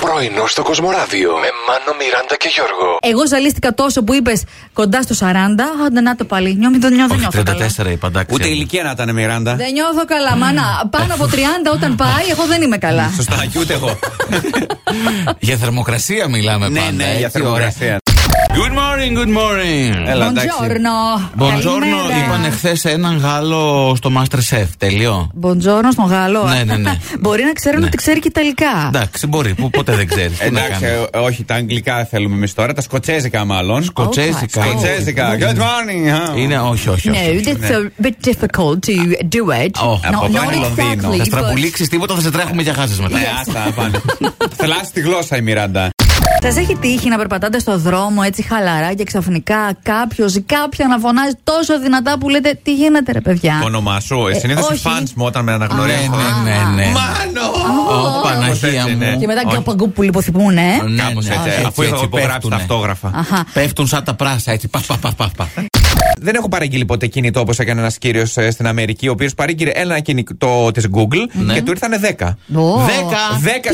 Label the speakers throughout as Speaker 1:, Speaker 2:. Speaker 1: Πρωινό στο Κοσμοράδιο με Μάνο, Μιράντα και Γιώργο.
Speaker 2: Εγώ ζαλίστηκα τόσο που είπες κοντά στο 40. Άντε να το πάλι. Νιώμη, δεν νιώθω,
Speaker 3: Όχι,
Speaker 2: νιώθω καλά.
Speaker 3: 34 είπα, εντάξει. ε,
Speaker 4: Ούτε ηλικία να ήταν, Μιράντα.
Speaker 2: Δεν νιώθω καλά. Μάνα, πάνω από 30
Speaker 3: ε,
Speaker 2: όταν πάει, εγώ δεν είμαι καλά.
Speaker 4: Σωστά, και ούτε εγώ.
Speaker 3: Για θερμοκρασία μιλάμε
Speaker 4: ναι,
Speaker 3: πάντα.
Speaker 4: ναι,
Speaker 3: έτσι,
Speaker 4: για θερμοκρασία.
Speaker 3: ωραία. Good morning, good morning.
Speaker 4: Έλα, εντάξει.
Speaker 2: Μποντζόρνο.
Speaker 3: Μποντζόρνο,
Speaker 2: Καλημέρα.
Speaker 3: είπαν χθε σε έναν Γάλλο στο Masterchef. Τελειώ.
Speaker 2: Μποντζόρνο στον Γάλλο.
Speaker 3: Ναι, ναι, ναι.
Speaker 2: Μπορεί να ξέρουν
Speaker 3: Ναι.
Speaker 2: ότι ξέρει και Ιταλικά.
Speaker 3: Εντάξει, μπορεί, που ποτέ δεν ξέρεις.
Speaker 4: Εντάξει, ε, όχι, τα αγγλικά θέλουμε εμείς τώρα, τα σκοτσέζικα μάλλον.
Speaker 3: Σκοτσέζικα.
Speaker 4: Σκοτσέζικα. Ναι, Good morning.
Speaker 3: Είναι, όχι, όχι.
Speaker 2: No,
Speaker 3: όχι. ναι.
Speaker 2: that's Ναι, a bit difficult to do it. No,
Speaker 3: Oh,
Speaker 4: από εδώ
Speaker 2: not
Speaker 4: είναι Λονδίνο.
Speaker 2: exactly,
Speaker 3: Θα
Speaker 2: but-
Speaker 3: στραμπουλήξει τίποτα, θα σε τρέχουμε για χάσει μετά.
Speaker 4: λοιπόν. Ναι, άστα, πάνε. Θελάσει τη γλώσσα η Μιράντα.
Speaker 2: Σας έχει τύχει να περπατάτε στο δρόμο έτσι χαλαρά και ξαφνικά κάποιος ή κάποια να φωνάζει τόσο δυνατά που λέτε Τι γίνεται, ρε παιδιά.
Speaker 4: Το όνομά σου. Ε,
Speaker 2: Ε,
Speaker 4: Συνήθω οι
Speaker 2: όχι.
Speaker 4: fans μου όταν με
Speaker 3: Ναι,
Speaker 4: αναγνωρίζουν.
Speaker 3: ναι, ναι, ναι.
Speaker 4: Μάνο!
Speaker 3: Ω, Παναγία
Speaker 4: έτσι,
Speaker 3: μου.
Speaker 4: ναι.
Speaker 2: Και μετά
Speaker 3: Όχι.
Speaker 2: γκαμπαγκού που ε? λιποθυμούνε.
Speaker 3: Ναι, ναι,
Speaker 4: Κάπως έτσι.
Speaker 3: έτσι,
Speaker 4: Αφού είχα
Speaker 3: έτσι,
Speaker 4: εγώ γράψει τα
Speaker 3: πέφτουνε.
Speaker 4: αυτόγραφα.
Speaker 2: Αχα.
Speaker 3: Πέφτουν σαν τα πράσα έτσι. Παφ, παφ, παφ, παφ, παφ.
Speaker 4: Δεν έχω παραγγείλει ποτέ κινητό όπως έκανε ένας κύριος στην Αμερική, ο οποίος παρήγγειλε ένα κινητό της Google
Speaker 3: Ναι.
Speaker 4: και του ήρθανε 10.
Speaker 3: 10
Speaker 4: 10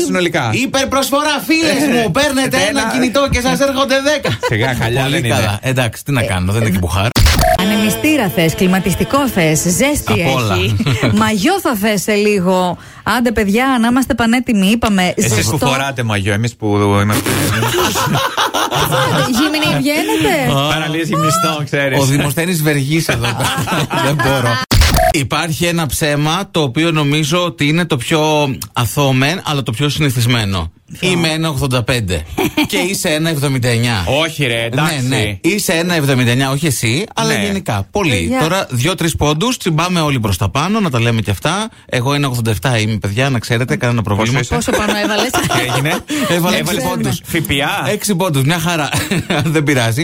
Speaker 4: συνολικά.
Speaker 3: Υπερπροσφορά, φίλες μου! Παίρνετε Ε, ένα
Speaker 4: Ένα.
Speaker 3: κινητό και σας έρχονται 10.
Speaker 4: Σιγά, χαλιά
Speaker 3: Πολύ
Speaker 4: δεν είναι.
Speaker 3: καλά. Εντάξει, τι να κάνω, δεν είναι και μπουχάρ.
Speaker 2: Ανεμιστήρα θες, κλιματιστικό θες, ζέστη
Speaker 3: Απ'
Speaker 2: έχει.
Speaker 3: όλα.
Speaker 2: Μαγιό θα θες σε λίγο. Άντε, παιδιά, να είμαστε πανέτοιμοι, είπαμε.
Speaker 4: Εσείς που
Speaker 2: ζεστό.
Speaker 4: φοράτε μαγιό, εμείς που είμαστε.
Speaker 2: Άντε, Γείμενη, βγαίνετε.
Speaker 4: Παραλίε γυμνιστό, ξέρεις.
Speaker 3: Ο Δημοσθένης Βεργής εδώ. Δεν μπορώ. Υπάρχει ένα ψέμα το οποίο νομίζω ότι είναι το πιο αθώο μεν, αλλά το πιο συνηθισμένο. Είμαι ένα 85 και είσαι ένα 79.
Speaker 4: Όχι, ρε, εντάξει.
Speaker 3: Ναι, ναι. Είσαι ένα 79, όχι εσύ, αλλά
Speaker 4: Ναι.
Speaker 3: γενικά. Πολύ.
Speaker 2: Παιδιά.
Speaker 3: Τώρα δύο-τρει πόντους, τσιμπάμε όλοι προ τα πάνω, να τα λέμε και αυτά. Εγώ ένα 87 είμαι, παιδιά, να ξέρετε, κανένα πρόβλημα.
Speaker 4: είσαι?
Speaker 2: Πόσο πάνω έβαλες.
Speaker 4: Τι έγινε.
Speaker 3: Έβαλε
Speaker 4: Έβαλες
Speaker 3: ξέρουμε.
Speaker 4: πόντους. ΦΠΑ.
Speaker 3: Έξι πόντους, μια χαρά. Δεν πειράζει.